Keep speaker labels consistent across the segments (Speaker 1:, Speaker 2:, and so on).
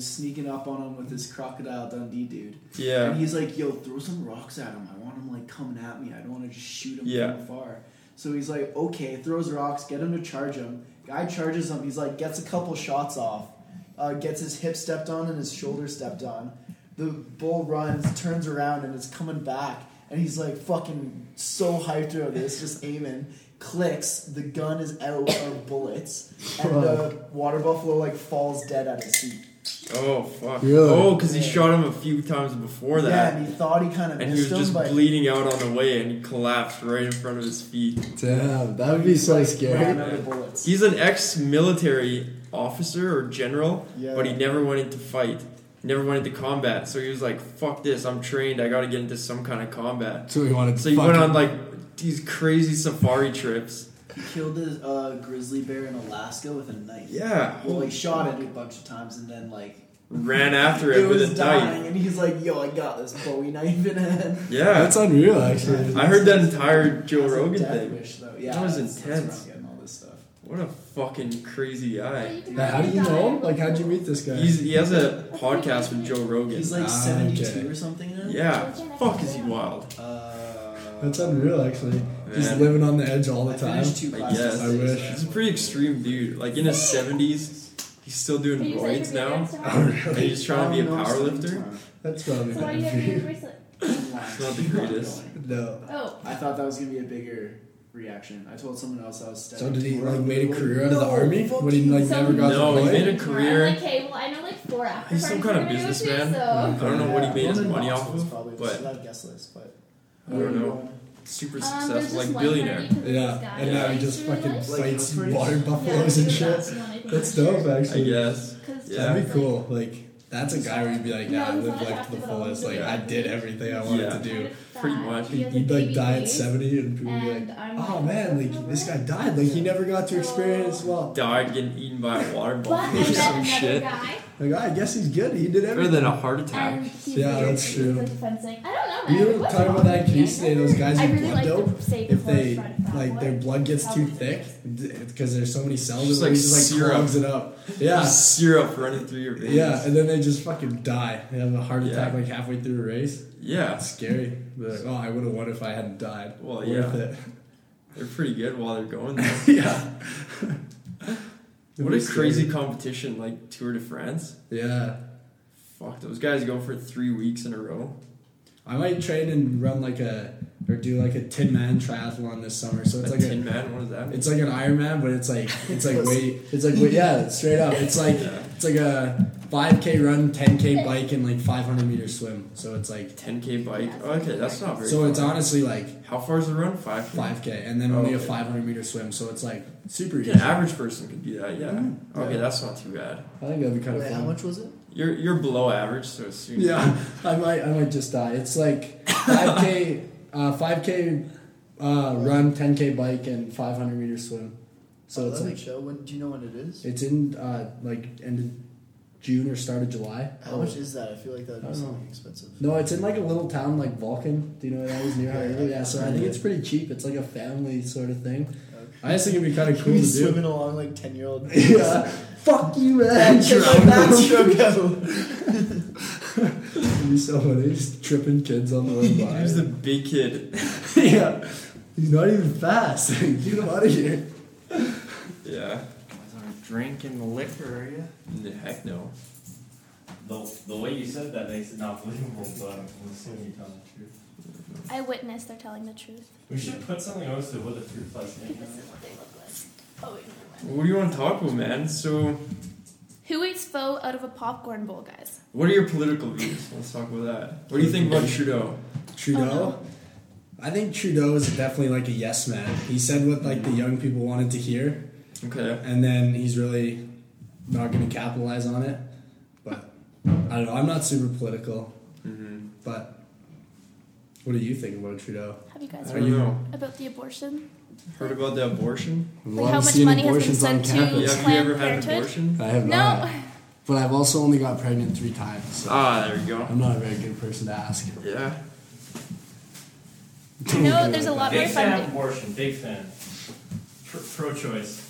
Speaker 1: sneaking up on him with his crocodile Dundee dude. And
Speaker 2: Yeah.
Speaker 1: he's like, yo, throw some rocks at him. I want him like coming at me. I don't want to just shoot him
Speaker 2: Yeah.
Speaker 1: from afar. So he's like, okay, throws rocks, get him to charge him. Guy charges him. He's like, gets a couple shots off, uh, gets his hip stepped on and his shoulder stepped on. The bull runs, turns around, and is coming back. And he's like, fucking so hyped about this, just aiming. Clicks, the gun is out of bullets, and the water buffalo like falls dead at his feet.
Speaker 2: Oh fuck.
Speaker 3: Really?
Speaker 2: Oh, because he
Speaker 1: Yeah.
Speaker 2: shot him a few times before
Speaker 1: Yeah,
Speaker 2: that,
Speaker 1: and he thought he kind of
Speaker 2: and he was
Speaker 1: missed
Speaker 2: just
Speaker 1: him, but
Speaker 2: bleeding out on the way, and he collapsed right in front of his feet.
Speaker 3: Damn, that would be so
Speaker 1: like,
Speaker 3: scary.
Speaker 1: ran out of bullets.
Speaker 2: He's an ex-military officer or general,
Speaker 1: Yeah.
Speaker 2: but he never went into fight. Never went into combat, so he was like, "Fuck this! I'm trained. I got to get into some kind of combat."
Speaker 3: So we wanted.
Speaker 2: So he went on like these crazy safari trips.
Speaker 1: He killed a uh, grizzly bear in Alaska with a knife.
Speaker 2: Yeah,
Speaker 1: Well, he shot it a bunch of times and then like
Speaker 2: ran after it,
Speaker 1: it
Speaker 2: with
Speaker 1: was
Speaker 2: a
Speaker 1: dying,
Speaker 2: knife.
Speaker 1: and he's like, "Yo, I got this Bowie knife in hand."
Speaker 2: Yeah,
Speaker 3: That's unreal, actually.
Speaker 2: I heard that entire Joe
Speaker 1: It's a
Speaker 2: Rogan
Speaker 1: death
Speaker 2: thing.
Speaker 1: wish, though. Yeah,
Speaker 2: That was
Speaker 1: that's- that's where
Speaker 2: intense.
Speaker 1: I'm getting all this stuff.
Speaker 2: What a fucking crazy guy.
Speaker 3: Now, how do you know? him? Like, how'd you meet this guy?
Speaker 2: He's, he has a podcast with Joe Rogan.
Speaker 1: He's like
Speaker 3: Ah,
Speaker 1: 72
Speaker 3: okay.
Speaker 1: or something now.
Speaker 2: yeah, fuck is he wild?
Speaker 1: Uh,
Speaker 3: That's unreal, actually. Just
Speaker 2: Man.
Speaker 3: living on the edge all
Speaker 1: I
Speaker 3: the time.
Speaker 1: finished two
Speaker 2: I
Speaker 1: classes
Speaker 2: guess.
Speaker 3: I
Speaker 1: today,
Speaker 3: wish.
Speaker 1: so
Speaker 2: He's a pretty extreme dude. Like in his seventies, he's still doing roids now, and
Speaker 3: Unreal.
Speaker 2: he's trying to be a
Speaker 1: Oh, no, it's
Speaker 2: power
Speaker 1: the
Speaker 2: lifter.
Speaker 1: meantime.
Speaker 3: That's probably
Speaker 4: So why
Speaker 3: bad
Speaker 4: do you
Speaker 3: for
Speaker 4: have your
Speaker 3: you.
Speaker 4: bracelet?
Speaker 1: It's
Speaker 2: not the
Speaker 1: Keep on
Speaker 2: greatest.
Speaker 1: going.
Speaker 3: No.
Speaker 4: Oh.
Speaker 1: I thought that was gonna be a bigger reaction. I told someone else I was.
Speaker 3: So
Speaker 1: stepping
Speaker 3: did he
Speaker 1: toward
Speaker 3: like
Speaker 1: him.
Speaker 3: made a career out of
Speaker 1: No,
Speaker 3: the army
Speaker 1: fuck
Speaker 3: when he like
Speaker 4: you.
Speaker 3: never got
Speaker 2: No,
Speaker 3: to
Speaker 2: he
Speaker 3: play?
Speaker 2: made a
Speaker 4: I'm
Speaker 2: career.
Speaker 4: like, hey, well, I know like four after
Speaker 2: He's some
Speaker 4: parties
Speaker 2: kind of
Speaker 4: I'm gonna go to,
Speaker 2: businessman.
Speaker 4: so-
Speaker 2: I don't know what he made his
Speaker 1: London
Speaker 2: money
Speaker 1: Box
Speaker 2: off
Speaker 1: was
Speaker 2: of,
Speaker 1: probably the
Speaker 2: but-
Speaker 3: Um,
Speaker 1: Without guest list, but
Speaker 2: I don't know. Super successful, like billionaire.
Speaker 3: Yeah, and now he just fucking
Speaker 1: Like,
Speaker 3: fights
Speaker 1: pretty-
Speaker 3: water buffaloes and shit. That's dope,
Speaker 2: I
Speaker 3: actually.
Speaker 2: guess. Yeah.
Speaker 3: That'd be cool. Like, that's a guy where you'd be like, yeah, I
Speaker 4: No, he's
Speaker 3: lived
Speaker 4: not
Speaker 3: life to the
Speaker 4: attractive at all.
Speaker 3: fullest. Like,
Speaker 2: Yeah.
Speaker 3: I did everything I wanted
Speaker 2: Yeah.
Speaker 3: to do.
Speaker 2: Pretty much.
Speaker 3: You'd like die at 70 and people would be
Speaker 4: And
Speaker 3: like,
Speaker 4: I'm
Speaker 3: oh
Speaker 4: like,
Speaker 3: man, like this guy died. Like, he never got to experience well.
Speaker 2: Died getting eaten by a water
Speaker 4: But I
Speaker 2: buffalo or
Speaker 4: met
Speaker 2: some
Speaker 4: another
Speaker 2: shit.
Speaker 4: guy,
Speaker 3: Like, I guess he's good. He did
Speaker 2: Better
Speaker 3: everything.
Speaker 2: than a heart
Speaker 4: and
Speaker 2: attack.
Speaker 4: he's
Speaker 3: Yeah,
Speaker 4: like,
Speaker 3: that's
Speaker 4: he's
Speaker 3: true.
Speaker 4: like fencing. I don't
Speaker 3: We
Speaker 4: know, man.
Speaker 3: were
Speaker 4: What's
Speaker 3: talking
Speaker 4: wrong
Speaker 3: about that
Speaker 4: with me?
Speaker 3: case today. Those guys
Speaker 4: I
Speaker 3: who
Speaker 4: really
Speaker 3: blood
Speaker 4: like the
Speaker 3: dope, if
Speaker 4: steak before
Speaker 3: they
Speaker 4: fried fat
Speaker 3: like their
Speaker 4: boy.
Speaker 3: blood gets
Speaker 4: That
Speaker 3: too
Speaker 4: was
Speaker 3: thick because there's so many cells,
Speaker 2: Just
Speaker 3: it
Speaker 2: like
Speaker 3: just like
Speaker 2: syrup.
Speaker 3: clogs it up. Yeah,
Speaker 2: Syrup running through your veins.
Speaker 3: yeah, and then they just fucking die. They have a heart attack
Speaker 2: Yeah.
Speaker 3: like halfway through a race.
Speaker 2: Yeah.
Speaker 3: That's scary. They're like, oh, I would have won if I hadn't died.
Speaker 2: Well,
Speaker 3: Worth
Speaker 2: yeah.
Speaker 3: it.
Speaker 2: They're pretty good while they're going there.
Speaker 3: yeah.
Speaker 2: What a crazy competition, like Tour de France.
Speaker 3: Yeah.
Speaker 2: Fuck, those guys go for three weeks in a row.
Speaker 3: I might train and run like a or do like a Tin Man triathlon this summer. So it's
Speaker 2: a
Speaker 3: like
Speaker 2: Tin
Speaker 3: a,
Speaker 2: Man, what does that mean?
Speaker 3: it's like an Ironman, but it's like it's like way it's like way, yeah, straight up. It's like
Speaker 2: Yeah.
Speaker 3: it's like a 5k run, 10k bike, and like 500 meter swim. So it's like
Speaker 2: 10k bike. Oh,
Speaker 4: Yeah,
Speaker 2: okay, that's not very.
Speaker 3: so it's
Speaker 2: far.
Speaker 3: honestly like
Speaker 2: How far is the run? Five.
Speaker 3: 5k and then only a
Speaker 2: Okay.
Speaker 3: 500 meter swim. So it's like super easy.
Speaker 2: An average person could do that. Yeah. Okay,
Speaker 3: Mm. Yeah.
Speaker 2: that's not too bad.
Speaker 3: I think that'd be kind
Speaker 1: Wait,
Speaker 3: of
Speaker 1: how
Speaker 3: fun.
Speaker 1: much was it?
Speaker 2: You're you're below average, so as soon.
Speaker 3: Yeah, I might, I might just die. It's like five k, uh, five k uh, run, ten k bike, and five hundred meter swim.
Speaker 1: Oh,
Speaker 3: So it's like
Speaker 1: show. When do you know when it is?
Speaker 3: it's in uh, like end of June or start of July.
Speaker 1: How much is that? I feel like that
Speaker 3: oh. I
Speaker 1: would be
Speaker 3: don't
Speaker 1: something
Speaker 3: know.
Speaker 1: expensive.
Speaker 3: No, it's in like a little town like Vulcan. Do you know what that is near?
Speaker 1: Yeah.
Speaker 3: Yeah, yeah. So I think it's pretty cheap. It's like a family sort of thing.
Speaker 1: Okay.
Speaker 3: I just think it'd be kind of cool
Speaker 1: He's
Speaker 3: to do.
Speaker 1: swimming along like ten year old.
Speaker 3: yeah. Fuck you, man.
Speaker 1: That's
Speaker 3: Drown.
Speaker 1: Drogo.
Speaker 3: It'd be so funny. Just tripping kids on the way by.
Speaker 2: Who's the big kid?
Speaker 3: yeah. He's not even fast. Get him out of here.
Speaker 2: Yeah.
Speaker 5: Drinking the liquor, are you?
Speaker 2: N- Heck no.
Speaker 5: The, the way you said that makes it not believable, but I'm assuming you tell the truth.
Speaker 4: I witnessed they're telling the truth.
Speaker 5: We should put something else to what the truth was.
Speaker 4: I think this is what they look like. Oh, wait, never mind.
Speaker 2: What do you want to talk about, man? So,
Speaker 4: Who eats pho out of a popcorn bowl, guys?
Speaker 2: what are your political views? Let's talk about that. What do you think about Trudeau?
Speaker 3: Trudeau?
Speaker 4: Oh, no.
Speaker 3: Uh-huh. I think Trudeau is definitely like a yes man. He said what like the young people wanted to hear,
Speaker 2: Okay.
Speaker 3: and then he's really not going to capitalize on it. But I don't know. I'm not super political,
Speaker 2: Mm-hmm.
Speaker 3: but what do you think about Trudeau?
Speaker 4: Have you guys
Speaker 2: I
Speaker 3: Are
Speaker 2: don't
Speaker 3: you-
Speaker 2: know.
Speaker 4: about the abortion?
Speaker 2: Heard about the abortion?
Speaker 4: Like, how much money has been sent to
Speaker 2: Yeah, have you
Speaker 4: Planned
Speaker 2: ever had an
Speaker 4: Parenthood?
Speaker 2: abortion?
Speaker 3: I have
Speaker 4: No,
Speaker 3: but I've also only got pregnant three times.
Speaker 2: Ah, there you go.
Speaker 3: I'm not a very good person to ask.
Speaker 2: Yeah.
Speaker 4: no, there's a lot
Speaker 5: Big
Speaker 4: more
Speaker 5: fan of
Speaker 4: funding.
Speaker 5: abortion, big fan. Pro choice.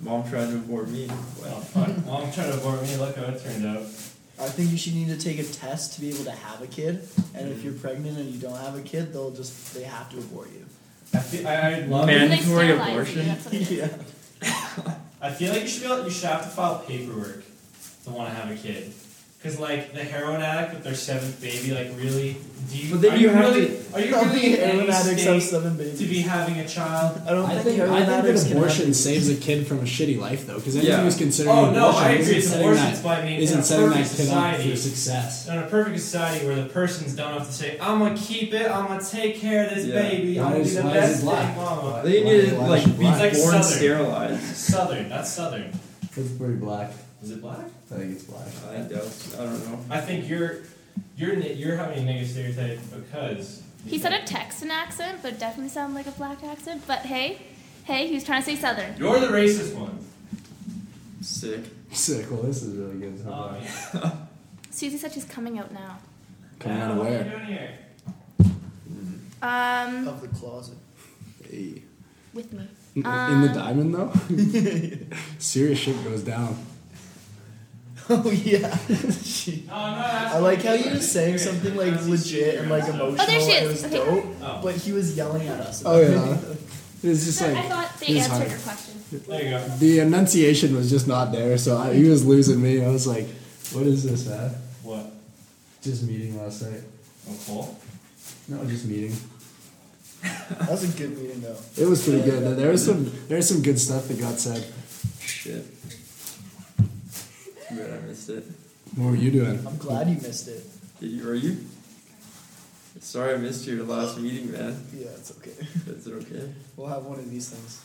Speaker 2: Mom tried to abort me.
Speaker 5: Well,
Speaker 2: Wow.
Speaker 5: fuck. Mom tried to abort me. Look how it turned out.
Speaker 1: I think you should need to take a test to be able to have a kid. And if you're pregnant and you don't have a kid, they'll just they have to abort you.
Speaker 5: I feel, I, I love
Speaker 2: Man.
Speaker 4: And
Speaker 5: it.
Speaker 4: they
Speaker 2: Mandatory
Speaker 4: sterilize you,
Speaker 2: abortion?
Speaker 4: that's what it is.
Speaker 5: I feel like you should be able, you should have to file paperwork to want to have a kid. Cause like the heroin addict with their seventh baby, like really, do you?
Speaker 2: But then
Speaker 5: are
Speaker 2: you have
Speaker 5: really, Are
Speaker 1: I
Speaker 5: you
Speaker 1: don't
Speaker 5: really
Speaker 1: think
Speaker 5: in
Speaker 1: heroin
Speaker 5: any
Speaker 1: addicts have
Speaker 5: state
Speaker 1: seven
Speaker 5: to
Speaker 1: babies.
Speaker 5: be having a child?
Speaker 1: I don't
Speaker 3: I
Speaker 1: think,
Speaker 3: think,
Speaker 1: heroin
Speaker 3: I think
Speaker 1: addicts
Speaker 3: that
Speaker 1: can have
Speaker 3: abortion
Speaker 1: babies.
Speaker 3: saves a kid from a shitty life, though, because anyone
Speaker 2: Yeah.
Speaker 3: who's considering
Speaker 5: Oh
Speaker 3: an
Speaker 5: no,
Speaker 3: abortion
Speaker 5: I agree.
Speaker 3: isn't
Speaker 5: It's
Speaker 3: setting
Speaker 5: abortion's
Speaker 3: that,
Speaker 5: by me. in
Speaker 3: isn't
Speaker 5: a
Speaker 3: setting that
Speaker 5: perfect
Speaker 3: kid up
Speaker 5: society.
Speaker 3: for success.
Speaker 5: In a perfect society where the person's don't have to say, "I'm gonna keep it. I'm gonna take care of this
Speaker 2: Yeah.
Speaker 5: baby.
Speaker 3: Why
Speaker 5: I'm gonna
Speaker 3: is-
Speaker 5: be the
Speaker 3: why is it
Speaker 5: best thing,
Speaker 3: black?
Speaker 5: mama."
Speaker 2: They
Speaker 3: Why-
Speaker 2: needed
Speaker 3: why
Speaker 2: like
Speaker 3: should
Speaker 2: be
Speaker 3: black-
Speaker 5: Like
Speaker 2: born
Speaker 5: Southern.
Speaker 2: sterilized.
Speaker 5: Southern. That's southern.
Speaker 3: It's pretty black.
Speaker 5: Is it black?
Speaker 3: I think it's black.
Speaker 2: I think that's, I don't know.
Speaker 5: I think you're you're ni- you're having a negative stereotype because
Speaker 4: He said a Texan accent, but it definitely sounded like a black accent. But hey, hey, he was trying to say Southern.
Speaker 5: You're the racist one.
Speaker 2: Sick.
Speaker 3: Sick. Well, this is really good.
Speaker 5: Oh, yeah.
Speaker 4: Susie said she's coming out now.
Speaker 3: Coming out
Speaker 5: Now,
Speaker 3: of
Speaker 5: What are you
Speaker 3: where?
Speaker 5: doing here?
Speaker 4: Um,
Speaker 1: of the closet.
Speaker 3: Hey.
Speaker 4: with me.
Speaker 3: In
Speaker 4: Um,
Speaker 3: the diamond, though? Serious shit goes down.
Speaker 1: Oh yeah. She-
Speaker 5: Oh, No, I'm not asking
Speaker 1: I like how
Speaker 5: you
Speaker 1: you just saying something like legit and like emotional
Speaker 4: Oh, there she
Speaker 1: and it
Speaker 4: is.
Speaker 1: was
Speaker 4: Okay.
Speaker 1: dope,
Speaker 5: Oh.
Speaker 1: but he was yelling at us.
Speaker 3: Oh, yeah. It's just
Speaker 4: So I
Speaker 3: like
Speaker 4: thought they
Speaker 3: this is
Speaker 4: answered
Speaker 3: hard.
Speaker 4: your question.
Speaker 5: There you go.
Speaker 3: the enunciation was just not there, so I, he was losing me. I was like, what is this, man?
Speaker 5: What?
Speaker 3: Just meeting last night.
Speaker 5: Oh, cool.
Speaker 3: No, just meeting.
Speaker 1: That was a good meeting though.
Speaker 3: It was pretty good. There was some there was some good stuff that got said.
Speaker 2: Shit. Too bad I missed it.
Speaker 3: What were you doing?
Speaker 1: I'm glad you missed it.
Speaker 2: Did you, are you? Sorry I missed your last meeting, man.
Speaker 1: Yeah, it's okay.
Speaker 2: Is it okay?
Speaker 1: We'll have one of these things.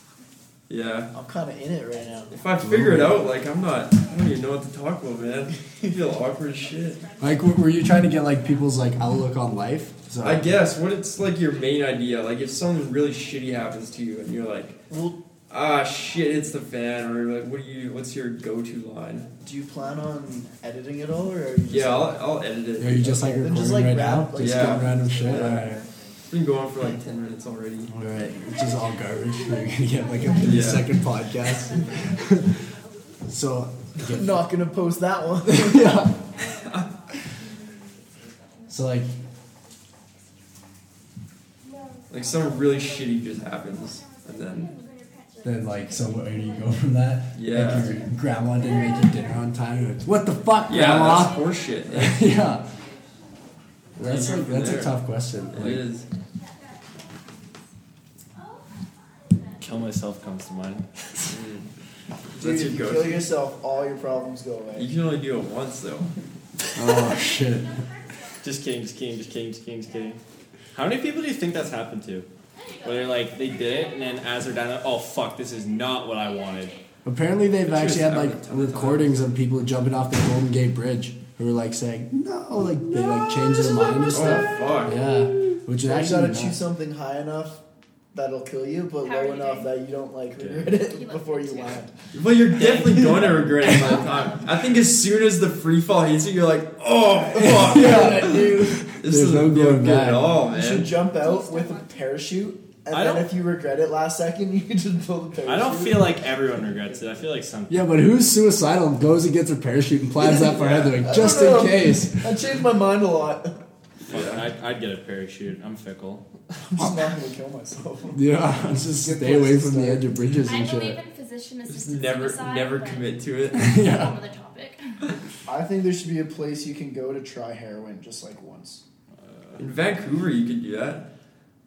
Speaker 2: Yeah.
Speaker 1: I'm kind of in it right now.
Speaker 2: If I figure it out, like, I'm not, I don't even know what to talk about, man. I feel awkward as shit.
Speaker 3: Like, w- were you trying to get like people's like outlook on life? So
Speaker 2: I guess what it's like your main idea, like if something really shitty happens to you and you're like,
Speaker 1: Well,
Speaker 2: ah shit, it's the fan, or you're like, what do you, what's your go-to line?
Speaker 1: do you plan on editing it all, or are you just
Speaker 2: Yeah, I'll, I'll edit
Speaker 3: Are
Speaker 2: it.
Speaker 3: you just like
Speaker 1: Then
Speaker 3: recording
Speaker 1: just, like,
Speaker 3: right
Speaker 1: rap,
Speaker 3: now?
Speaker 1: like,
Speaker 3: just
Speaker 2: Yeah.
Speaker 3: getting random shit.
Speaker 2: Yeah.
Speaker 3: All right.
Speaker 2: It's been going for like ten minutes already.
Speaker 3: All right, which is all garbage. We're gonna get like a 30
Speaker 2: Yeah.
Speaker 3: second podcast. so,
Speaker 1: not gonna post that one?
Speaker 3: yeah. So like,
Speaker 2: Like something really shitty just happens, and then
Speaker 3: then like, so where do you go from that?
Speaker 2: Yeah.
Speaker 3: Like your grandma didn't make you dinner on time. You're like, what the fuck,
Speaker 2: yeah, that's
Speaker 3: grandma?
Speaker 2: horseshit. man.
Speaker 3: yeah.
Speaker 2: Where
Speaker 3: That's
Speaker 2: do you go from
Speaker 3: like that's
Speaker 2: there?
Speaker 3: a tough question.
Speaker 2: It
Speaker 3: Like,
Speaker 2: is.
Speaker 5: Kill myself comes to mind.
Speaker 2: Mm.
Speaker 1: Dude,
Speaker 2: That's
Speaker 1: if
Speaker 2: your
Speaker 1: you kill
Speaker 2: go-to.
Speaker 1: yourself, all your problems go
Speaker 2: You
Speaker 1: away.
Speaker 2: can only do it once though.
Speaker 3: oh shit.
Speaker 5: Just kidding, just kidding, just kidding, just kidding, just kidding. How many people do you think that's happened to? Where they're like, they did it, and then as they're down there, oh fuck, this is not what I wanted.
Speaker 3: Apparently, they've
Speaker 2: It's
Speaker 3: actually
Speaker 2: just
Speaker 3: had like
Speaker 2: happened a ton of
Speaker 3: recordings of people jumping off the Golden Gate Bridge who were like saying no, like they like changed their mind and
Speaker 2: Oh
Speaker 3: stuff.
Speaker 2: fuck.
Speaker 3: Yeah, which is
Speaker 1: You
Speaker 3: actually
Speaker 1: gotta choose
Speaker 3: nuts.
Speaker 1: something high enough that'll kill you, but
Speaker 4: How are
Speaker 1: low
Speaker 4: you
Speaker 1: enough
Speaker 4: doing?
Speaker 1: that you don't like
Speaker 5: Good.
Speaker 1: regret it
Speaker 4: You look
Speaker 1: before
Speaker 4: good
Speaker 1: you
Speaker 4: too.
Speaker 1: land.
Speaker 2: But you're definitely going to regret it by the time. I think as soon as the free fall hits you, you're like, oh, fuck.
Speaker 1: Yeah, dude.
Speaker 2: This
Speaker 3: There's no
Speaker 2: doesn't feel
Speaker 3: going
Speaker 2: good at
Speaker 3: back.
Speaker 2: all,
Speaker 1: You should
Speaker 2: man.
Speaker 1: jump out with a parachute, and
Speaker 5: I
Speaker 1: then
Speaker 5: don't-
Speaker 1: if you regret it last second, you can just pull the parachute.
Speaker 5: I don't feel like everyone regrets it. I feel like some.
Speaker 3: Yeah, but who's suicidal and goes and gets a parachute and plans that far ahead? They're
Speaker 1: I
Speaker 3: like, just
Speaker 1: don't
Speaker 3: in
Speaker 1: know.
Speaker 3: case.
Speaker 1: I changed my mind a lot.
Speaker 5: Fuck, I'd, I'd get a parachute. I'm fickle.
Speaker 1: I'm just not gonna kill myself.
Speaker 3: Yeah, just
Speaker 1: Good
Speaker 3: stay away
Speaker 1: place to
Speaker 3: from the
Speaker 1: start.
Speaker 3: edge of bridges
Speaker 4: I
Speaker 3: and
Speaker 4: believe
Speaker 3: shit.
Speaker 4: in physician
Speaker 2: Just
Speaker 4: assisted
Speaker 2: never,
Speaker 4: suicide.
Speaker 2: never
Speaker 4: but
Speaker 2: commit to it.
Speaker 4: that's a
Speaker 3: Yeah.
Speaker 4: whole other topic.
Speaker 1: I think there should be a place you can go to try heroin just like once.
Speaker 2: In Vancouver, you could do that.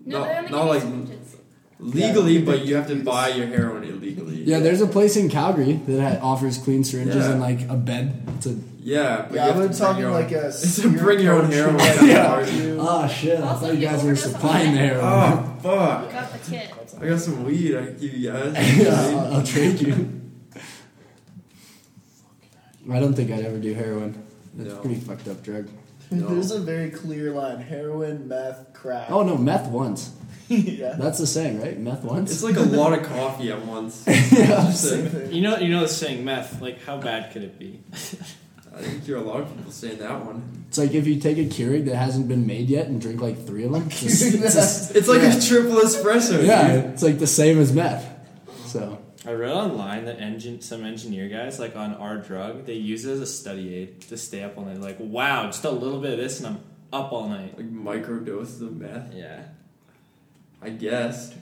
Speaker 4: No,
Speaker 2: Not-
Speaker 4: they only
Speaker 2: not
Speaker 4: give you
Speaker 2: like-
Speaker 4: symptoms.
Speaker 2: Legally,
Speaker 1: Yeah,
Speaker 2: but you have to buy your heroin illegally.
Speaker 3: Yeah, there's a place in Calgary that ha- offers clean syringes
Speaker 2: Yeah.
Speaker 3: and like a bed to.
Speaker 2: Yeah,
Speaker 1: Yeah,
Speaker 2: but
Speaker 1: I'm
Speaker 2: you have
Speaker 1: not
Speaker 2: to bring
Speaker 1: talking
Speaker 2: your own.
Speaker 1: like a.
Speaker 2: It's a bring your own heroin.
Speaker 1: Yeah.
Speaker 3: Oh shit! I
Speaker 4: Also,
Speaker 3: thought you
Speaker 4: you
Speaker 3: guys were
Speaker 4: overdose on
Speaker 3: supplying the
Speaker 4: that.
Speaker 3: heroin.
Speaker 2: Oh, fuck.
Speaker 4: Got the kit.
Speaker 2: I got some weed I can give you guys.
Speaker 3: yeah, I'll, I'll trade you. I don't think I'd ever do heroin. That's
Speaker 2: No.
Speaker 3: a pretty fucked up drug.
Speaker 1: There's a very clear line: heroin, meth, crack.
Speaker 3: Oh no, meth once.
Speaker 1: yeah.
Speaker 3: That's the saying, right?
Speaker 2: It's
Speaker 3: Meth once.
Speaker 2: like a lot of coffee at once.
Speaker 3: yeah.
Speaker 1: Same
Speaker 2: So,
Speaker 1: thing.
Speaker 5: You know, you know the saying meth. Like, how bad could it be?
Speaker 2: I think hear a lot of people saying that one.
Speaker 3: It's like if you take a Keurig that hasn't been made yet and drink like three of them. It's, the s- it's the s-
Speaker 2: It's like a triple espresso.
Speaker 3: yeah,
Speaker 2: dude.
Speaker 3: it's like the same as meth. So
Speaker 5: I read online that engine some engineer guys like on our drug they use it as a study aid to stay up all night. Like wow, just a little bit of this and I'm up all night.
Speaker 2: Like microdoses of meth,
Speaker 5: Yeah,
Speaker 2: I guess.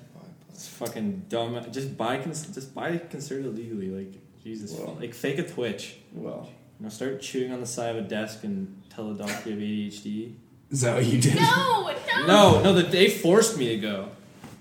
Speaker 5: it's fucking dumb. Just buy cons- just buy consider it legally. Like Jesus,
Speaker 2: Well.
Speaker 5: like fake a twitch.
Speaker 2: Well,
Speaker 5: You know, start chewing on the side of a desk and tell the doctor you have ADHD.
Speaker 3: Is that what you did?
Speaker 4: No, no.
Speaker 5: No, no, that they forced me to go.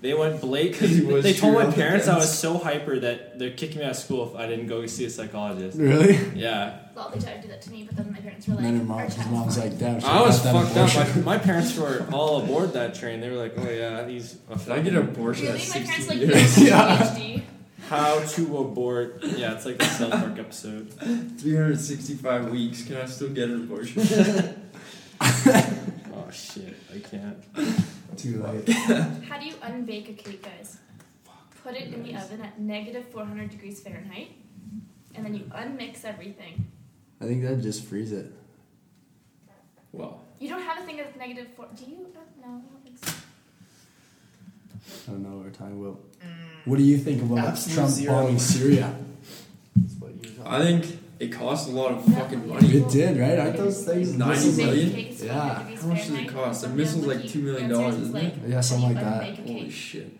Speaker 5: They went Blake.
Speaker 2: He was
Speaker 5: They told my
Speaker 2: chewing on the
Speaker 5: parents I
Speaker 2: desk.
Speaker 5: was so hyper that they're kicking me out of school if I didn't go see a psychologist.
Speaker 3: Really?
Speaker 5: Yeah,
Speaker 4: Well, they tried to do that to me, but then my parents were like,
Speaker 3: And then her mom,
Speaker 4: "Our
Speaker 3: his
Speaker 4: child's
Speaker 3: mom's
Speaker 4: fine."
Speaker 3: like, damn, she
Speaker 5: I was
Speaker 3: got that
Speaker 5: fucked up.
Speaker 3: abortion.
Speaker 5: My, my parents were all aboard that train. They were like, "Oh yeah, he's a
Speaker 2: did I get an
Speaker 5: fucking-
Speaker 2: abortion
Speaker 4: really?
Speaker 2: at
Speaker 4: My parents
Speaker 2: 60
Speaker 4: like,
Speaker 2: years?
Speaker 4: PhD.
Speaker 5: how to abort." Yeah, it's like the South Park episode.
Speaker 2: 365 weeks. Can I still get an abortion?
Speaker 5: Oh shit, I can't.
Speaker 3: Too late.
Speaker 4: How do you unbake a cake, guys? Put it in the oven at negative 400 degrees Fahrenheit, and then you unmix everything.
Speaker 3: I think that'd just freeze it.
Speaker 2: well,
Speaker 4: You don't have a thing that's negative 4. Do you? Uh, no, I don't think so.
Speaker 3: I don't know what we're talking about. What do you think about
Speaker 1: Mm. Absolute
Speaker 3: Trump
Speaker 1: zero.
Speaker 3: bombing Syria?
Speaker 1: That's what you were
Speaker 2: I think it costs a lot of
Speaker 4: No.
Speaker 2: fucking money.
Speaker 3: It did, right? I thought.
Speaker 1: those things-
Speaker 4: Nine
Speaker 2: Nine million?
Speaker 3: Yeah.
Speaker 2: How much does it cost? A missile's like $2 million, isn't it?
Speaker 3: Yeah, something like that.
Speaker 2: Holy shit.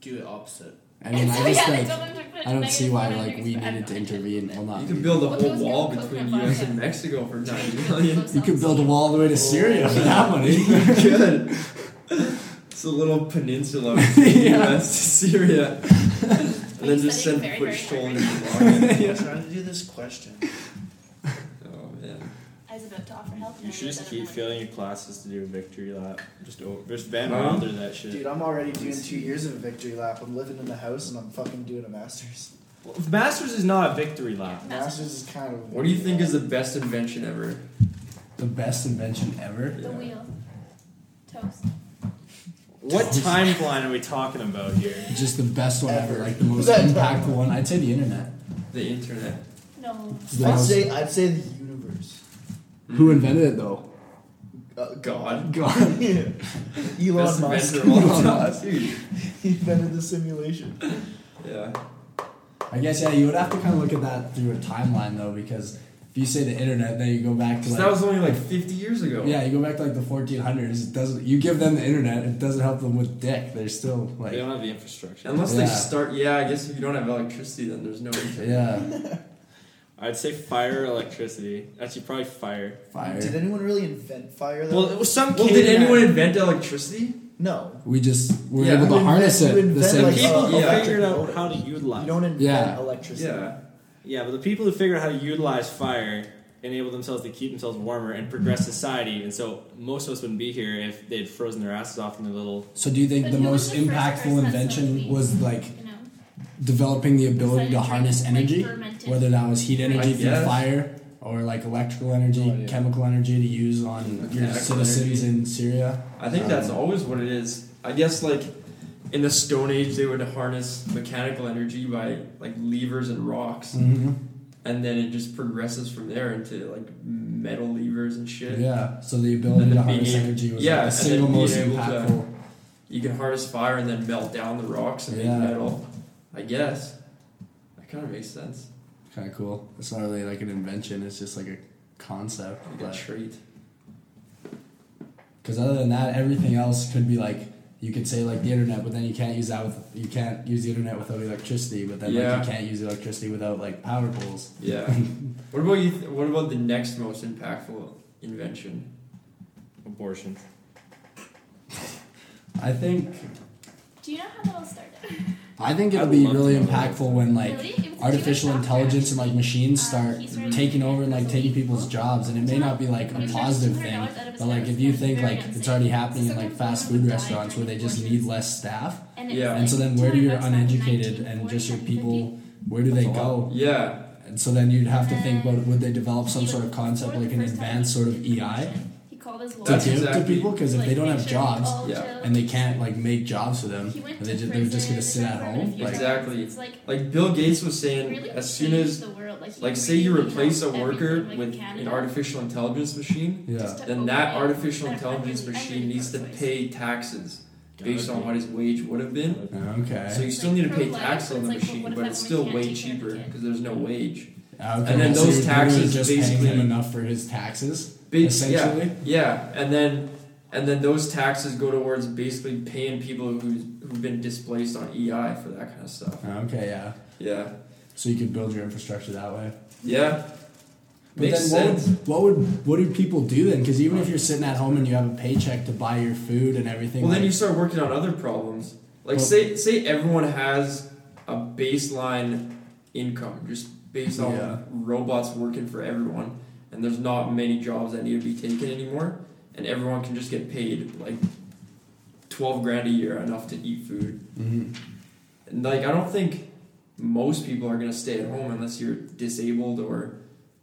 Speaker 6: Do it opposite.
Speaker 3: I mean, I just
Speaker 4: yeah, they
Speaker 3: like.
Speaker 4: told them to put
Speaker 3: I don't see why
Speaker 4: negative
Speaker 3: like
Speaker 4: 400
Speaker 3: we
Speaker 4: degrees
Speaker 3: needed to
Speaker 4: Fahrenheit.
Speaker 3: intervene. Well, not.
Speaker 2: You can build a
Speaker 4: Well,
Speaker 2: whole
Speaker 4: those
Speaker 2: wall
Speaker 4: coconut
Speaker 2: between
Speaker 4: vodka.
Speaker 2: U.S. and Mexico for nine
Speaker 4: Those
Speaker 2: million.
Speaker 4: themselves.
Speaker 3: You could build a wall all the way to Syria for that money.
Speaker 2: Good. It's a little peninsula from the U.S. to Syria, and then just send
Speaker 4: Studying very,
Speaker 2: foot
Speaker 4: very hard
Speaker 2: shoulders.
Speaker 6: I was trying to do this question.
Speaker 2: Oh man.
Speaker 4: I was about to offer help. and
Speaker 5: You
Speaker 4: I
Speaker 5: should just
Speaker 4: said I'm
Speaker 5: keep
Speaker 4: like-
Speaker 5: failing your classes to do a victory lap. Just over, just Van
Speaker 2: Huh?
Speaker 5: Wilder that shit.
Speaker 1: Dude, I'm already doing two years of a victory lap. I'm living in the house and I'm fucking doing a master's.
Speaker 5: Well, Masters is not a victory lap.
Speaker 1: Master's is kind of.
Speaker 2: What do you think is the best invention ever?
Speaker 3: the best invention ever.
Speaker 4: The wheel. Toast.
Speaker 5: What timeline are we talking about here?
Speaker 3: Just the best one ever,
Speaker 1: Ever.
Speaker 3: like the most
Speaker 1: That-
Speaker 3: impactful one. I'd say the internet.
Speaker 2: The internet.
Speaker 4: No.
Speaker 3: The
Speaker 1: I'd
Speaker 3: most-
Speaker 1: say I'd say the universe.
Speaker 3: who invented it though?
Speaker 1: Uh,
Speaker 2: God.
Speaker 3: God.
Speaker 1: Elon
Speaker 2: best
Speaker 1: Musk
Speaker 2: inventor of all
Speaker 3: Elon
Speaker 2: time.
Speaker 3: Musk.
Speaker 2: Dude.
Speaker 1: he invented the simulation.
Speaker 2: Yeah.
Speaker 3: I guess yeah, you would have to kind of look at that through a timeline though, because if you say the internet, then you go back to
Speaker 2: 'Cause
Speaker 3: like
Speaker 2: that was only like 50 years ago.
Speaker 3: yeah, you go back to like the 1400s. It doesn't. You give them the internet, it doesn't help them with dick. They're still like
Speaker 5: They don't have the infrastructure.
Speaker 2: Unless they
Speaker 3: Yeah.
Speaker 2: start. Yeah, I guess if you don't have electricity, then there's no internet.
Speaker 3: yeah,
Speaker 5: I'd say fire, electricity. Actually, probably fire.
Speaker 1: Did
Speaker 3: fire.
Speaker 1: anyone really invent fire? Though?
Speaker 5: Well, it was some.
Speaker 2: Well,
Speaker 5: kid
Speaker 2: did
Speaker 5: that-
Speaker 2: anyone invent electricity?
Speaker 1: no.
Speaker 3: We just were
Speaker 2: Yeah.
Speaker 3: able
Speaker 1: You
Speaker 3: to harness
Speaker 1: invent- you
Speaker 3: it. The
Speaker 1: invent,
Speaker 3: same.
Speaker 1: like,
Speaker 5: People
Speaker 1: uh,
Speaker 5: who
Speaker 2: Yeah.
Speaker 5: figured out
Speaker 1: electric
Speaker 5: how to
Speaker 1: You
Speaker 5: utilize.
Speaker 1: don't invent
Speaker 3: Yeah.
Speaker 1: electricity.
Speaker 2: Yeah.
Speaker 5: yeah, but the people who figure out how to utilize fire enable themselves to keep themselves warmer and progress society. And so most of us wouldn't be here if they'd frozen their asses off in their little.
Speaker 3: so do you think
Speaker 4: But
Speaker 3: the
Speaker 4: who was
Speaker 3: most
Speaker 4: the first
Speaker 3: impactful
Speaker 4: person that sold
Speaker 3: invention
Speaker 4: these?
Speaker 3: was like
Speaker 4: You know.
Speaker 3: developing the ability
Speaker 4: Decided
Speaker 3: to
Speaker 4: to
Speaker 3: harness
Speaker 4: like
Speaker 3: energy,
Speaker 4: ferment it.
Speaker 3: whether that was heat energy from
Speaker 2: guess.
Speaker 3: fire or like electrical energy,
Speaker 1: Oh, yeah.
Speaker 3: chemical energy to use on your
Speaker 2: Mechanical
Speaker 3: citizens
Speaker 2: energy.
Speaker 3: in Syria.
Speaker 2: I think that's
Speaker 3: Um,
Speaker 2: always what it is. I guess like in the Stone Age, they would harness mechanical energy by like levers and rocks,
Speaker 3: Mm-hmm.
Speaker 2: and then it just progresses from there into like metal levers and shit.
Speaker 3: Yeah. So the
Speaker 2: And
Speaker 3: ability
Speaker 2: then
Speaker 3: to harness
Speaker 2: being-
Speaker 3: energy was
Speaker 2: yeah,
Speaker 3: like the
Speaker 2: and then
Speaker 3: single
Speaker 2: being
Speaker 3: most
Speaker 2: able to-
Speaker 3: impactful.
Speaker 2: You can harness fire and then melt down the rocks and
Speaker 3: Yeah.
Speaker 2: make metal. I guess that kind of makes sense.
Speaker 3: Kind of cool. It's not really like an invention. It's just like a concept.
Speaker 2: Like a treat.
Speaker 3: Because other than that, everything else could be like you could say like the internet, but then you can't use that with you can't use the internet without electricity. But then
Speaker 2: Yeah.
Speaker 3: like you can't use electricity without like power poles.
Speaker 2: Yeah. what about you? Th- what about the next most impactful invention?
Speaker 5: Abortion.
Speaker 3: I think
Speaker 4: Do you know how that all started?
Speaker 3: I think
Speaker 5: I
Speaker 3: it'll
Speaker 5: would
Speaker 3: be
Speaker 5: love to
Speaker 3: really
Speaker 5: know that.
Speaker 3: impactful when like
Speaker 4: really? It was a
Speaker 3: artificial
Speaker 4: Jewish doctor,
Speaker 3: intelligence and like machines
Speaker 4: Um,
Speaker 3: start
Speaker 4: he's really
Speaker 3: taking over and like
Speaker 4: successful.
Speaker 3: taking people's jobs, and it may not be like
Speaker 4: He
Speaker 3: a
Speaker 4: was charged
Speaker 3: positive
Speaker 4: $200
Speaker 3: thing.
Speaker 4: out of his
Speaker 3: But like
Speaker 4: nose
Speaker 3: if you
Speaker 4: for
Speaker 3: think
Speaker 4: very
Speaker 3: like it's
Speaker 4: unsafe.
Speaker 3: already happening in
Speaker 4: Sometimes
Speaker 3: like fast
Speaker 4: someone
Speaker 3: food
Speaker 4: died
Speaker 3: restaurants where
Speaker 4: during
Speaker 3: they just need
Speaker 4: abortions.
Speaker 3: less staff,
Speaker 4: And, it was
Speaker 2: Yeah.
Speaker 3: and so then where do
Speaker 4: $200
Speaker 3: your
Speaker 4: outside in
Speaker 3: uneducated and just your
Speaker 4: 1940,
Speaker 3: people where do they
Speaker 2: That's a
Speaker 3: go?
Speaker 2: Yeah.
Speaker 3: And so then you'd have to think about would they develop
Speaker 4: 1950.
Speaker 3: some sort of concept
Speaker 4: Before
Speaker 3: like
Speaker 4: the
Speaker 3: an
Speaker 4: first time
Speaker 3: advanced
Speaker 4: he
Speaker 3: sort of
Speaker 4: used
Speaker 3: EI
Speaker 4: abortion, He called his
Speaker 3: to
Speaker 4: lawyer.
Speaker 2: That's
Speaker 3: give to
Speaker 2: exactly-
Speaker 3: people because if
Speaker 4: like,
Speaker 3: they don't
Speaker 4: make
Speaker 3: have
Speaker 4: sure they're
Speaker 3: jobs
Speaker 4: all
Speaker 2: Yeah.
Speaker 4: chill.
Speaker 3: and they can't like make jobs for them,
Speaker 4: He went
Speaker 3: they
Speaker 4: to
Speaker 3: ju- they're just
Speaker 4: prison
Speaker 3: gonna sit at
Speaker 4: for
Speaker 3: home,
Speaker 4: a few
Speaker 3: like-
Speaker 4: times.
Speaker 2: Exactly.
Speaker 4: It's like
Speaker 2: Like Bill Gates was saying,
Speaker 4: really
Speaker 2: as soon as
Speaker 4: changed the world. Like, he
Speaker 2: Like, say you
Speaker 4: really
Speaker 2: replace a
Speaker 4: helped
Speaker 2: worker
Speaker 4: everything, like,
Speaker 2: with
Speaker 4: Canada.
Speaker 2: an artificial intelligence machine,
Speaker 3: yeah,
Speaker 2: then that artificial intelligence machine needs to pay taxes based on what his wage would have been. So you
Speaker 3: Okay.
Speaker 4: It's
Speaker 2: still
Speaker 4: like
Speaker 2: need to pay
Speaker 4: pro-life,
Speaker 2: tax on the
Speaker 4: it's like, well,
Speaker 2: machine,
Speaker 4: what if
Speaker 2: but
Speaker 4: that
Speaker 2: it's
Speaker 4: woman
Speaker 2: still
Speaker 4: can't
Speaker 2: way
Speaker 4: take care of the
Speaker 2: cheaper
Speaker 4: kid?
Speaker 2: because there's no wage.
Speaker 3: Okay,
Speaker 2: And then
Speaker 3: so
Speaker 2: those
Speaker 3: you're literally
Speaker 2: taxes
Speaker 3: just paying him
Speaker 2: basically-
Speaker 3: enough for his taxes,
Speaker 2: Ba-
Speaker 3: essentially.
Speaker 2: Yeah, yeah, and then and then those taxes go towards basically paying people who's who've been displaced on EI for that kind of stuff.
Speaker 3: Okay, yeah.
Speaker 2: Yeah,
Speaker 3: So you could build your infrastructure that way.
Speaker 2: yeah,
Speaker 3: But
Speaker 2: makes
Speaker 3: then
Speaker 2: sense.
Speaker 3: What would what would what do people do then? Because even if you're sitting at home and you have a paycheck to buy your food and everything,
Speaker 2: Well,
Speaker 3: like,
Speaker 2: then you start working on other problems. Like
Speaker 3: Well-
Speaker 2: say say everyone has a baseline income just based on
Speaker 3: Yeah.
Speaker 2: robots working for everyone, and there's not many jobs that need to be taken anymore, and everyone can just get paid like twelve grand a year enough to eat food.
Speaker 3: Mhm.
Speaker 2: And like I don't think most people are gonna stay at home unless you're disabled or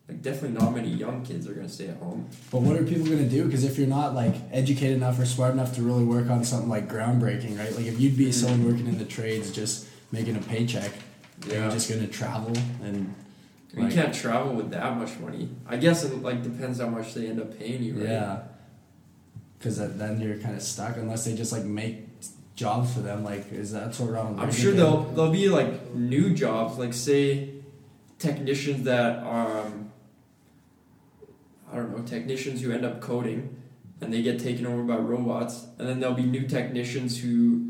Speaker 2: like definitely not many young kids are gonna stay at home.
Speaker 3: But what are people gonna do? Because if you're not like educated enough or smart enough to really work on something like groundbreaking, right? Like if you'd be
Speaker 2: Mm-hmm.
Speaker 3: someone working in the trades, just making a paycheck, yeah. you're just gonna travel and
Speaker 2: you
Speaker 3: like-
Speaker 2: can't travel with that much money. I guess it like depends how much they end up paying you, right?
Speaker 3: yeah. Because then you're kind of stuck unless they just like make jobs for them. Like is that's what Ronald?
Speaker 2: I'm
Speaker 3: Reagan
Speaker 2: sure
Speaker 3: did.
Speaker 2: there'll there'll be like new jobs, like say technicians that are um, I don't know, technicians who end up coding and they get taken over by robots and then there'll be new technicians who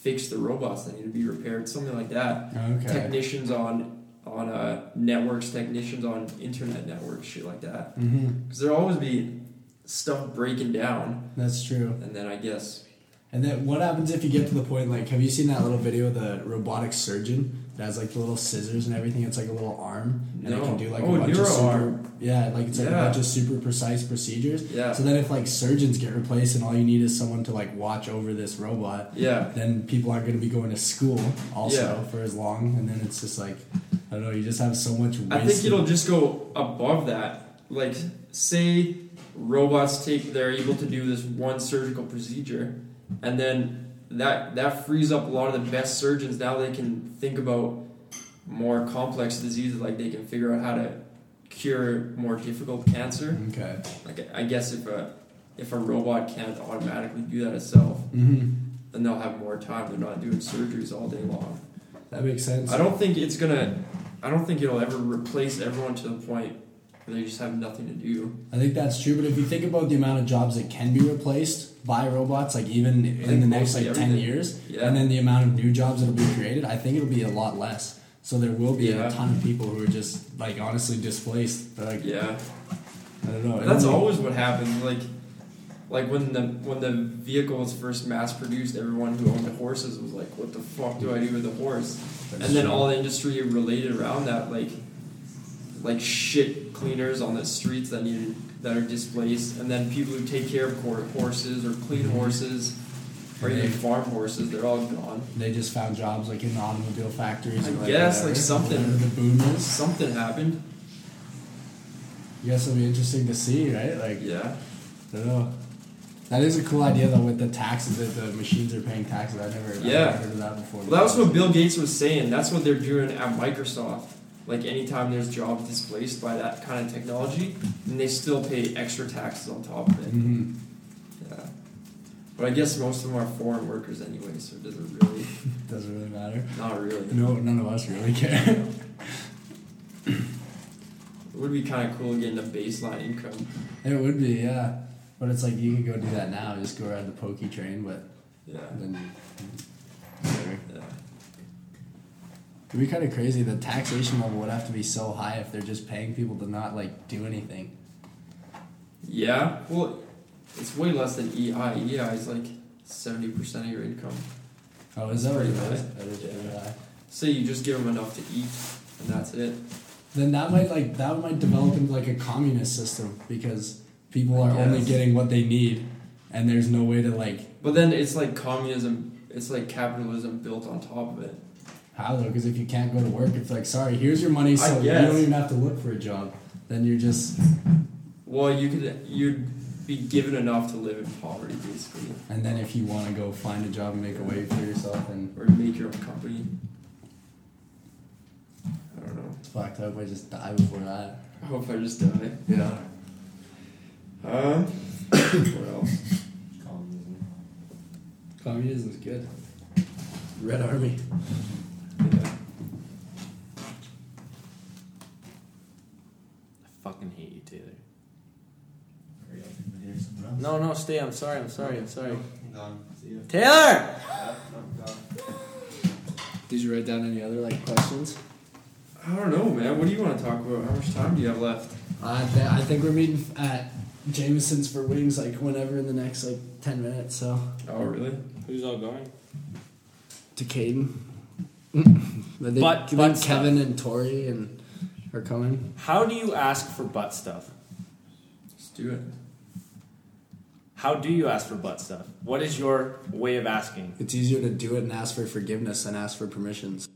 Speaker 2: fix the robots that need to be repaired, something like that.
Speaker 3: Okay.
Speaker 2: technicians on on uh, networks, technicians on internet networks, shit like that.
Speaker 3: hmm
Speaker 2: Because there'll always be stuff breaking down,
Speaker 3: That's true.
Speaker 2: and then I guess
Speaker 3: And then what happens if you get to the point like have you seen that little video of the robotic surgeon that has like the little scissors and everything? It's like a little arm and it
Speaker 2: No.
Speaker 3: can do like
Speaker 2: Oh,
Speaker 3: a bunch of super
Speaker 2: NeuroArm.
Speaker 3: yeah, like it's like
Speaker 2: Yeah.
Speaker 3: a bunch of super precise procedures.
Speaker 2: yeah,
Speaker 3: So then if like surgeons get replaced and all you need is someone to like watch over this robot,
Speaker 2: yeah,
Speaker 3: then people aren't going to be going to school also
Speaker 2: Yeah.
Speaker 3: for as long and then it's just like I don't know, you just have so much waste.
Speaker 2: I think it'll just go above that. Like say robots take they're able to do this one surgical procedure, and then that that frees up a lot of the best surgeons. Now they can think about more complex diseases, like they can figure out how to cure more difficult cancer.
Speaker 3: Okay.
Speaker 2: Like I guess if a if a robot can't automatically do that itself,
Speaker 3: hmm
Speaker 2: then they'll have more time. They're not doing surgeries all day long.
Speaker 3: That makes sense.
Speaker 2: I don't think it's gonna. I don't think it'll ever replace everyone to the point where they just have nothing to do.
Speaker 3: I think that's true, but if you think about the amount of jobs that can be replaced by robots, like even in the next like
Speaker 2: mostly
Speaker 3: ten
Speaker 2: everything.
Speaker 3: years,
Speaker 2: Yeah.
Speaker 3: and then the amount of new jobs that'll be created, I think it'll be a lot less. So there will be
Speaker 2: Yeah.
Speaker 3: a ton of people who are just like honestly displaced. They're like,
Speaker 2: Yeah,
Speaker 3: I don't know.
Speaker 2: that's
Speaker 3: It'll be-
Speaker 2: always what happens. Like, like when the when the vehicle was first mass produced, everyone who owned horses was like, "What the fuck do I do with a horse?"
Speaker 3: that's
Speaker 2: and then
Speaker 3: true.
Speaker 2: all the industry related around that, like like shit cleaners on the streets that need that are displaced, and then people who take care of cor- horses or clean
Speaker 3: Mm-hmm.
Speaker 2: horses or even
Speaker 3: Yeah.
Speaker 2: farm horses, they're all gone.
Speaker 3: they just found jobs like in the automobile factories.
Speaker 2: I
Speaker 3: or, like,
Speaker 2: guess, like,
Speaker 3: whatever,
Speaker 2: something.
Speaker 3: whatever the boom is.
Speaker 2: Something happened.
Speaker 3: I guess it'll be interesting to see, right? Like,
Speaker 2: Yeah,
Speaker 3: I don't know. That is a cool idea though with the taxes that the machines are paying taxes. I never, I've
Speaker 2: Yeah.
Speaker 3: never heard of that before.
Speaker 2: well, that was what Bill Gates was saying. That's what they're doing at Microsoft. Like anytime there's jobs displaced by that kind of technology, and they still pay extra taxes on top of it.
Speaker 3: hmm
Speaker 2: Yeah. But I guess most of them are foreign workers anyway, so it doesn't really,
Speaker 3: Doesn't really matter.
Speaker 2: not really.
Speaker 3: No, none of us really care.
Speaker 2: It would be kind of cool getting a baseline income.
Speaker 3: it would be, yeah. But it's like you could go do that now, just go ride the pokey train, but
Speaker 2: Yeah.
Speaker 3: then. Whatever.
Speaker 2: Yeah.
Speaker 3: It'd be kind of crazy. The taxation level would have to be so high if they're just paying people to not like do anything.
Speaker 2: Yeah. Well, it's way less than E EI. EI is like seventy percent of your income.
Speaker 3: Oh, is that what it
Speaker 2: Pretty
Speaker 3: is?
Speaker 2: high.
Speaker 3: That is pretty high.
Speaker 2: Say you just give them enough to eat, and that's it.
Speaker 3: Then that might like that might develop into like a communist system because people are
Speaker 2: I
Speaker 3: only
Speaker 2: guess.
Speaker 3: getting what they need, and there's no way to like
Speaker 2: But then it's like communism. It's like capitalism built on top of it.
Speaker 3: How though? Because if you can't go to work, it's like, sorry, here's your money,
Speaker 2: I
Speaker 3: so you
Speaker 2: guess.
Speaker 3: don't even have to look for a job. Then you're just,
Speaker 2: Well, you could you'd be given enough to live in poverty basically,
Speaker 3: and then if you want to go find a job and make a way for yourself, and
Speaker 2: or make your own company. I don't know.
Speaker 3: it's fucked up. I just die before that.
Speaker 2: I hope I just die.
Speaker 3: Yeah.
Speaker 2: Um. what else?
Speaker 5: Communism.
Speaker 3: Communism is good.
Speaker 7: Red Army.
Speaker 5: I fucking hate you, Taylor.
Speaker 8: Real.
Speaker 5: No, no, stay. I'm sorry. I'm sorry. I'm sorry.
Speaker 8: I'm gone. See ya.
Speaker 5: Taylor!
Speaker 8: Yeah, I'm gone.
Speaker 3: Did you write down any other like questions?
Speaker 2: I don't know, man. What do you want to talk about? How much time do you have left?
Speaker 3: Uh, th- I think we're meeting at Jameson's for wings like whenever in the next like ten minutes. So
Speaker 2: Oh, really?
Speaker 5: Who's all going?
Speaker 3: to Caden. but
Speaker 5: But-
Speaker 3: then
Speaker 5: but
Speaker 3: Kevin and Tori and are coming.
Speaker 5: How do you ask for butt stuff?
Speaker 2: Let's do it.
Speaker 5: How do you ask for butt stuff? What is your way of asking?
Speaker 7: It's easier to do it and ask for forgiveness than ask for permissions.